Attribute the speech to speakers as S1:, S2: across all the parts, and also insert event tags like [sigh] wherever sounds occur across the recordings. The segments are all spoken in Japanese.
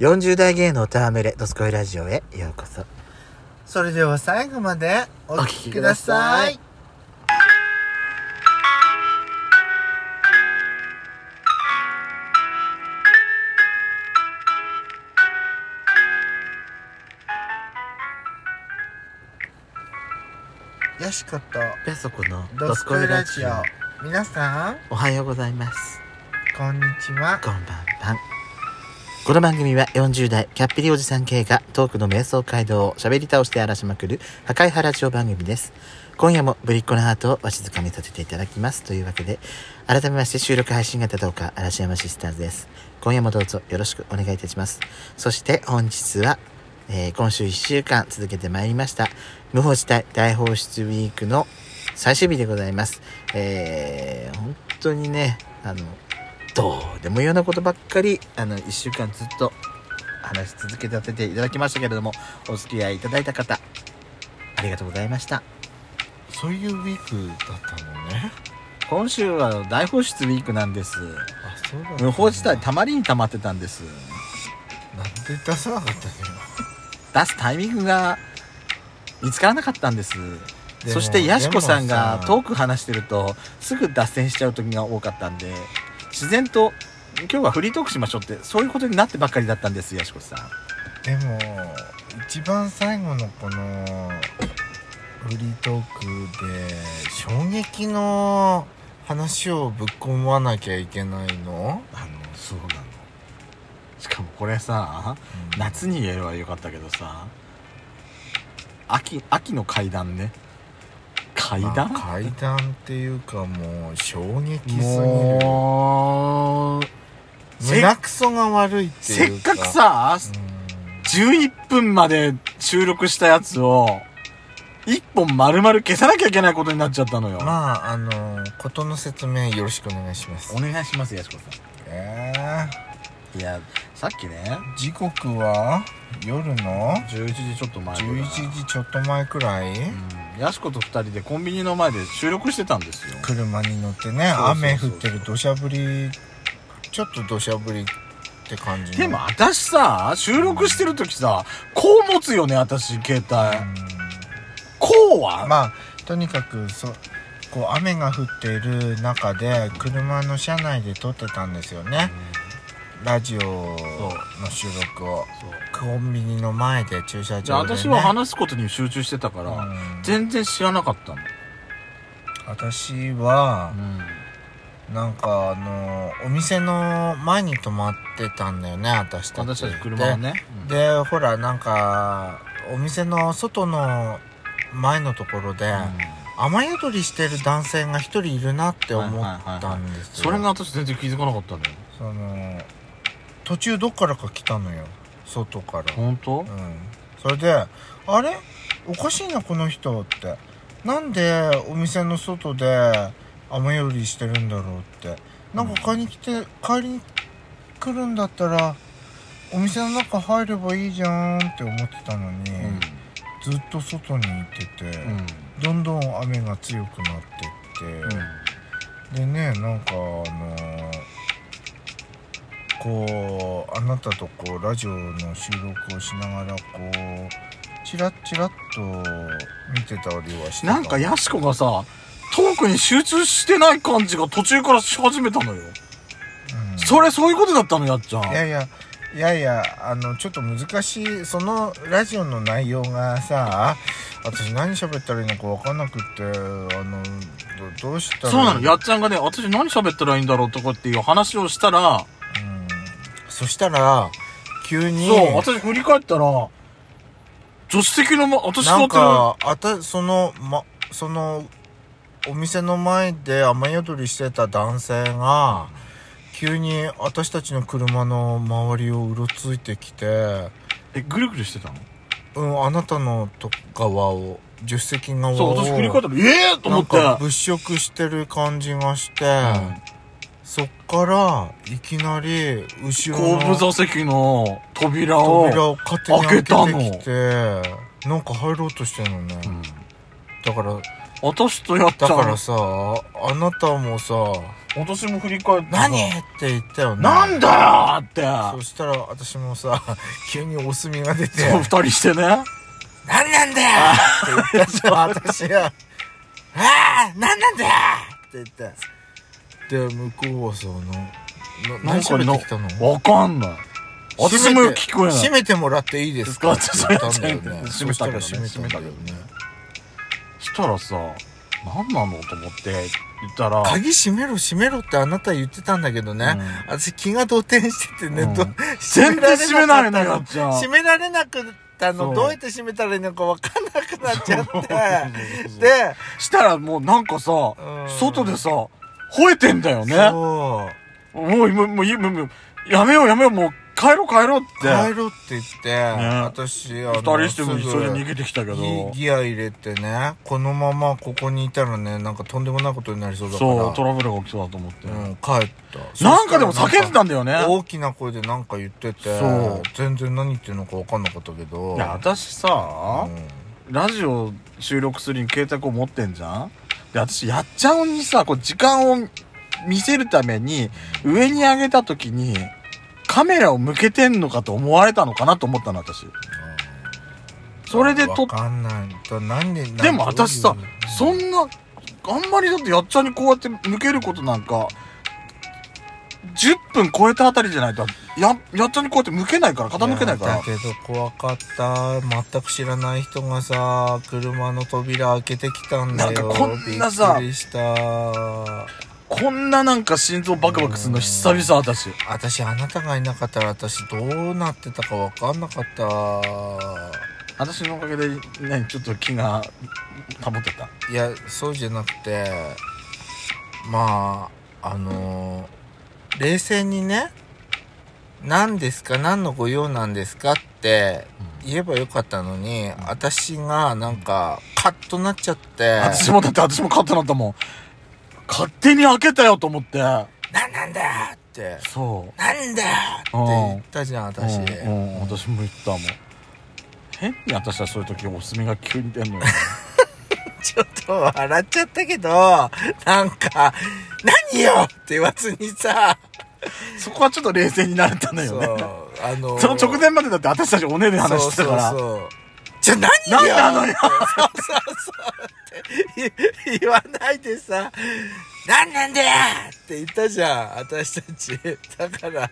S1: 40代芸能ターメレドスコイラジオへようこそ
S2: それでは最後までお聞きください。よしこと
S1: ペソコの
S2: ドスコイラジオ皆さん
S1: おはようございます
S2: こんにちは
S1: こんばんはこの番組は40代キャッピリおじさん系がトークの瞑想街道を喋り倒して荒らしまくる破壊派ラジオ番組です今夜もぶりっ子のハートをわしづかみさせていただきますというわけで改めまして収録配信型どうか嵐山シスターズです今夜もどうぞよろしくお願いいたしますそして本日は、えー今週1週間続けてまいりました無法地帯大放出ウィークの最終日でございますえー、本当にねあのどうでもいいようなことばっかりあの1週間ずっと話し続けさせていただきましたけれどもお付き合いいただいた方ありがとうございました
S2: そういうウィークだったのね
S1: 今週は大放出ウィークなんです
S2: あそうだ
S1: 無法地帯
S2: た
S1: たまりにたまってたんです
S2: なんで出さなかったのよ
S1: 出すタイミングが見つからなかったんです
S2: でも
S1: そしてやしこさんが
S2: で
S1: ト
S2: も
S1: ーク話してるとすぐ脱線しちゃう時が多かったんで自然と今日はフリートークしましょうってそういうことになってばっかりだったんですやしこさん
S2: さでも一番最後のこのフリートークで衝撃の話をぶっ込まなきゃいけないの、
S1: あのそうなのしかもこれさ夏に言えばよかったけどさ秋秋の階段ね階
S2: まあ
S1: 段、
S2: 階段っていうかもう衝撃すぎる
S1: もうせ
S2: 胸くそが悪いって
S1: せ
S2: い
S1: っ
S2: うか
S1: かくさ11分まで収録したやつを1本丸々消さなきゃいけないことになっちゃったのよ、
S2: うんまああのことの説明よろしくお願いします
S1: お願いしますやしこさ
S2: えー
S1: んいやさっきね
S2: 時刻は夜の
S1: 11時ちょっと前ぐらい
S2: 11時ちょっと前くらい、
S1: うんやしこと2人でコンビニの前で収録してたんですよ
S2: 車に乗ってね
S1: そうそうそう
S2: 雨降ってる土砂降りちょっと土砂降りって感じの
S1: でも私さ収録してる時さこう持つよね私携帯こうは、
S2: うんまあとにかくそこう雨が降っている中で車の車内で撮ってたんですよ
S1: うん
S2: ねラジオの
S1: う
S2: 収録を
S1: そう
S2: コンビニの前で駐車
S1: じゃあ
S2: 場で、ね、
S1: 私は話すことに集中してたか
S2: う
S1: ら、
S2: ん
S1: 全然知らなかったの、
S2: 私は、
S1: うん
S2: なんかあのお店の前に泊まってたんだよね私たち
S1: 私たち車はね、
S2: ででほらなんかお店の外の前のところで、
S1: うん
S2: 雨宿りしてる男性が一人いるなって思ったんですよ
S1: それが私全然気づかなかったのよ
S2: その途中どっからか来たのよ外から
S1: 本当
S2: うんそれで「あれおかしいなこの人」ってなんでお店の外で雨宿りしてるんだろうってなんか買いに来て帰りに来るんだったらお店の中入ればいいじゃんって思ってたのに、
S1: うん、
S2: ずっと外に行ってて、
S1: うん
S2: どんどん雨が強くなってって、でねなんかあのーこうあなたとこうラジオの収録をしながらこうチラッチラッと見てたりはしてた
S1: なんかやしこがさトークに集中してない感じが途中からし始めたのよ、
S2: うん
S1: それそういうことだったのやっちゃん
S2: いやいやいやいやあのちょっと難しいそのラジオの内容がさ私何喋ったらいいのか分かんなくってあのどどうしたら
S1: そうなのやっちゃんがね私何喋ったらいいんだろうとかっていう話をしたら、
S2: うんそしたら急に
S1: そう私振り返ったら助手席の、ま、私座
S2: な
S1: って
S2: ん
S1: る
S2: か、あた、その、ま、その、お店の前で雨宿りしてた男性が、急に私たちの車の周りをうろついてきて、
S1: えぐるぐるしてたの
S2: うん、あなたのと側を、助手席側を、
S1: そう私振り返ったらええと
S2: な
S1: 思
S2: ん
S1: って
S2: か物色してる感じがして、そっから、いきなり、後
S1: 後
S2: ろ
S1: 部
S2: の
S1: 座席の扉を
S2: 扉を勝手に開けて
S1: 開
S2: きて、なんか入ろうとしてるのね。
S1: うん
S2: だから
S1: 私とやった
S2: だ
S1: の
S2: からさあなたもさ私も振り返ってさ
S1: 何
S2: って言ったよね
S1: なんだよって
S2: そしたら私もさ [laughs] 急にお墨が出て
S1: そう二人してね
S2: 「何なんだよ!」って言ったじ
S1: [laughs]
S2: ゃん私が「ああ何なんだよ!」って言ってで向こうはさ
S1: なんかの
S2: なな何喋ってきたの
S1: わかんない私も聞こえない
S2: 閉めてもらっていいですかって言ったんだ
S1: 閉
S2: よ
S1: め
S2: ね
S1: た
S2: そしたら
S1: 閉
S2: 閉
S1: め
S2: め
S1: た
S2: た
S1: けどね
S2: んだよね
S1: したらさ何なのと思って言ったら
S2: 鍵閉めろ閉めろってあなた言ってたんだけどね、私気が動転しててね、
S1: うん
S2: と
S1: 全然閉められな
S2: か
S1: か
S2: っ
S1: ったちゃう
S2: 閉められなくった
S1: そ
S2: の
S1: う
S2: どうやって閉めたらいいのか分かんなくなっちゃって
S1: で
S2: で、
S1: したらもうなんかさ
S2: ん
S1: 外でさ吠えてんだよね
S2: そう
S1: もうもうもうもうもうやめようやめようもう帰ろう帰ろうって
S2: 帰ろうって言って、私あの
S1: 二人してもう
S2: す
S1: 急い
S2: ぐ
S1: で逃げてきたけど
S2: ギギア入れてねこのままここにいたらねなんかとんでもないことになりそうだから
S1: そうトラブルが起きそうだと思って
S2: うん、帰った
S1: なんかでも叫んでた
S2: ん
S1: んだよね
S2: 大きな声でなんか言ってて
S1: そう
S2: 全然何言ってるのか分かんなかったけど
S1: いや私
S2: う
S1: さ
S2: ん
S1: ラジオ収録するに携帯こう持ってんじゃんで私やっちゃうにさこう時間を見せるために上に上げた時にカメラを向けてんのかと思われたのかなと思ったの私それで撮っ
S2: わかんないだ何で
S1: でも私さそ
S2: なん
S1: なあんまりだってやっちゃんにこうやって向けることなんか10分超えたあたりじゃないとややっちゃんにこうやって向けないから傾けないか
S2: や
S1: ら
S2: だけど怖かった全く知らない人がさ車の扉開けてきたんだよ
S1: なんかこんなさ
S2: びっくりした
S1: こんななんか心臓バクバクするの久々私
S2: 私あなたがいなかったら私どうなってたか分かんなかった
S1: 私のおかげでねちょっと気が保ってた
S2: いやそうじゃなくてまああの冷静にね何ですか何のご用なんですかって言えばよかったのに、私がなんかカッとなっちゃって
S1: 私もだって私も勝手なったもん勝手に開けたよと思って
S2: なんなんだよって、
S1: そう
S2: なんだよって言ったじゃん、私。
S1: うんうん私も言ったもん変に私はそういう時お墨が急に出んのよ [laughs]
S2: ちょっと笑っちゃったけど、なんか、何よって言わずにさ、
S1: そこはちょっと冷静になれたんだ
S2: そ
S1: よ
S2: う
S1: ね、
S2: あの、
S1: その直前までだって私たちおねえで話してたから
S2: そうそうそうじゃあ何よ
S1: 何なのよ
S2: そうそうそうって言言わないでさ、何なんだよって言ったじゃん、私たち。だから、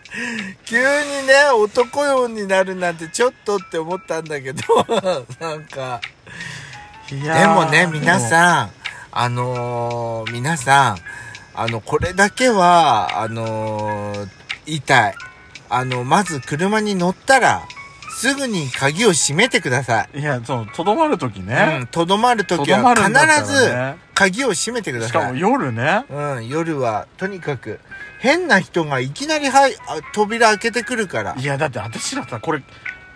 S2: 急にね、男よになるなんてちょっとって思ったんだけど、 [laughs] なんか、
S1: い
S2: で
S1: や
S2: も
S1: ー
S2: ね、皆さん、あのー皆さん、あの、これだけは、あのー言いたい。あの、まず車に乗ったら、すぐに鍵を閉めてください。
S1: いやそうとどまる時
S2: う
S1: ね
S2: ん、とどまると
S1: と
S2: き
S1: どま
S2: は
S1: るんだったらね
S2: 必ず鍵を閉めてくだ
S1: しか
S2: さ
S1: も
S2: い。
S1: 夜ね
S2: うん、夜は、とにかく、変な人がいきなり、はい、あ扉開けてくるから
S1: い。やだって私だったらこれ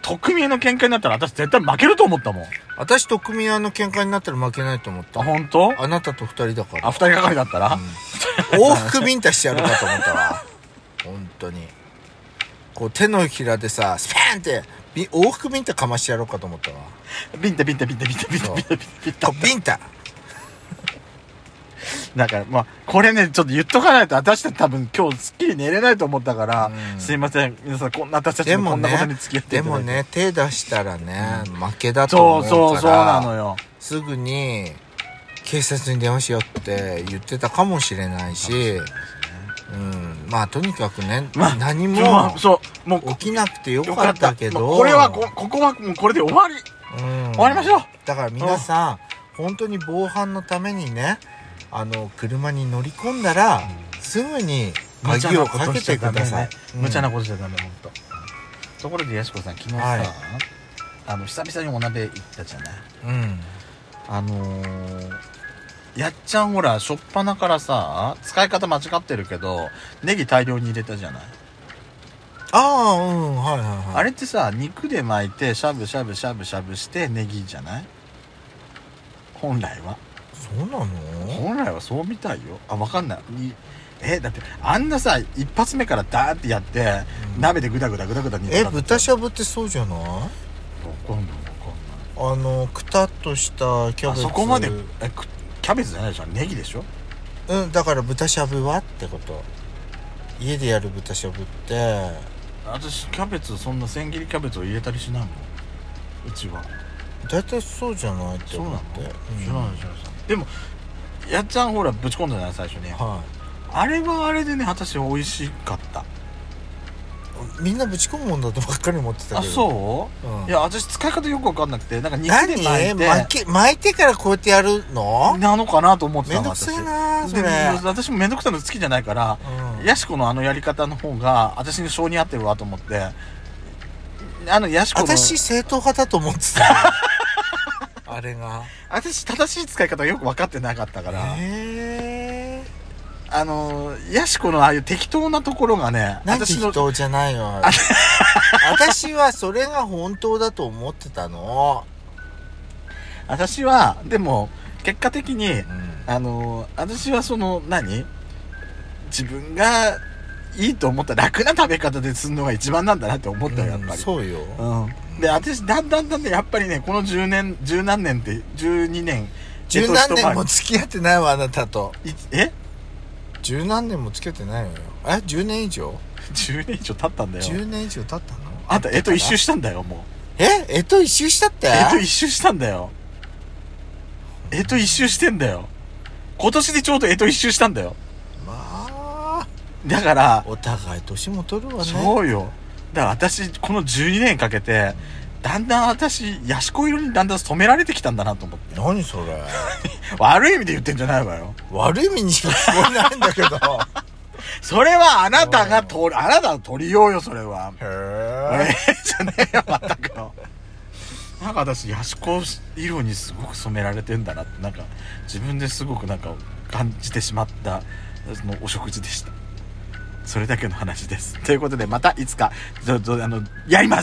S1: 特命の喧嘩になったら私絶対負けると思ったもんあ
S2: 私と組合の喧嘩になったら負けないと思った。
S1: 本当
S2: あなたと二人だから
S1: あ二。人がかりだったら、
S2: 往復ビンタしてやるかと思ったわ本当にこう手のひらでさスパンってび往復ビンタかましてやろうかと思ったわ
S1: ビンタビンタビンタビンタビンタビンタビンタビンタ
S2: こうビンタ
S1: だからまあこれねちょっと言っとかないと私たち多分今日すっきり寝れないと思ったから、
S2: うん
S1: すいません皆さんこんな私たち
S2: で
S1: もこ
S2: も
S1: んな
S2: ね
S1: ことに付き合ってい
S2: で
S1: ただ
S2: も
S1: いて
S2: ね手出したらね、負けだと
S1: そう
S2: 思う
S1: そう
S2: から
S1: そうなのよ
S2: すぐに警察に電話しようって言ってたかもしれないしうんまあとにかくね、
S1: まあ
S2: 何
S1: ま
S2: も
S1: あそうもう
S2: 起きなくてよかったけど、
S1: まあこれはこここはもうこれで終わり
S2: うん
S1: 終わりましょう
S2: だから皆さん本当に防犯のためにねあの車に乗り込んだら、すぐに鍵をかけてください
S1: 無茶
S2: な
S1: なことしちゃダメね、無茶なことしちゃダメ本当。ところでやしこさん昨日さ、
S2: はい
S1: あの久々にお鍋行ったじゃない
S2: うん
S1: あのー、やっちゃんほら初っ端からさ使い方間違ってるけどネギ大量に入れたじゃない、
S2: ああうんはいはいはい
S1: あれってさ肉で巻いてしゃぶしゃぶしゃぶしゃぶしてネギじゃない本来は
S2: そうなの
S1: 本来はそうみたいよあわかんないにえだってあんなさ一発目からダーってやって、
S2: うん
S1: 鍋でグダグダグダグダ煮て
S2: え
S1: たの
S2: 豚しゃぶってそうじゃない
S1: わかんないわかんない
S2: あのくたっとしたキャ
S1: あ
S2: ベツ
S1: そこまでえくキャベツじゃないでしょネギでしょ
S2: うんだから豚しゃぶはってこと家でやる豚しゃぶって
S1: 私キャベツそんな千切りキャベツを入れたりしないもんうちは
S2: 大体そうじゃないって
S1: そうな
S2: 思
S1: の
S2: って
S1: 知らない知らないでもやっちゃんほらぶち込んだじゃない最初に
S2: は
S1: あれはあれでね私美味しかった
S2: いみんなぶち込むもんだとばっかり思ってたけど、
S1: あそう
S2: うん、
S1: ういや私使い方よく分かんなくてなんか肉
S2: 何
S1: で巻いて
S2: 巻き巻いてからこうやってやるの
S1: なのかなと思って
S2: め
S1: た
S2: ん
S1: の
S2: どくせえ
S1: 私
S2: なそ
S1: で
S2: れ
S1: も私もめんどくさいの好きじゃないから
S2: うん
S1: ヤシコのあのやり方の方が私に性に合ってるわと思ってあのヤシコの
S2: 私正統派だと思ってた
S1: [laughs]
S2: あれが
S1: 私正しい使い方よく分かってなかったから
S2: へえ
S1: あのヤシコのああいう適当なところがね
S2: 何
S1: 私の
S2: 適当じゃないわ私はそれが本当だと思ってたの、
S1: 私はでも結果的に
S2: うん
S1: あの私はその何自分がいいと思った楽な食べ方でするのが一番なんだなって思ったよやっぱり、
S2: そうよ、
S1: うんで私だんだんだんだんやっぱりねこの10年十何年って12年
S2: 十何年も
S1: えっと
S2: 付き合ってないわあなたと
S1: 一回りいえ
S2: 十何年も付き合ってないのよえ十年以上
S1: 10年以上経ったんだよ
S2: 十年以上経ったの
S1: あんたえっと一周
S2: し
S1: したんだよもう
S2: ええっと一周したって
S1: えっと一周したんだよえっと一周してんだよ今年でちょうどえっと一周したんだよ
S2: まあ
S1: だから
S2: お互い年も取るわね
S1: そうよだから私この12年かけてだんだん私ヤシコ色にだんだん染められてきたんだなと思って
S2: 何それ
S1: 悪い意味で言ってんじゃないわよ
S2: 悪い意味にしか聞こえないんだけど
S1: それはあなたが取るあなたの取りようよそれは [laughs]
S2: へ
S1: 俺
S2: え
S1: じゃねえよまたくのなんか私ヤシコ色にすごく染められてんだなってなんか自分ですごくなんか感じてしまったそのお食事でしたそれだけの話ですということでまたいつかどどあのやります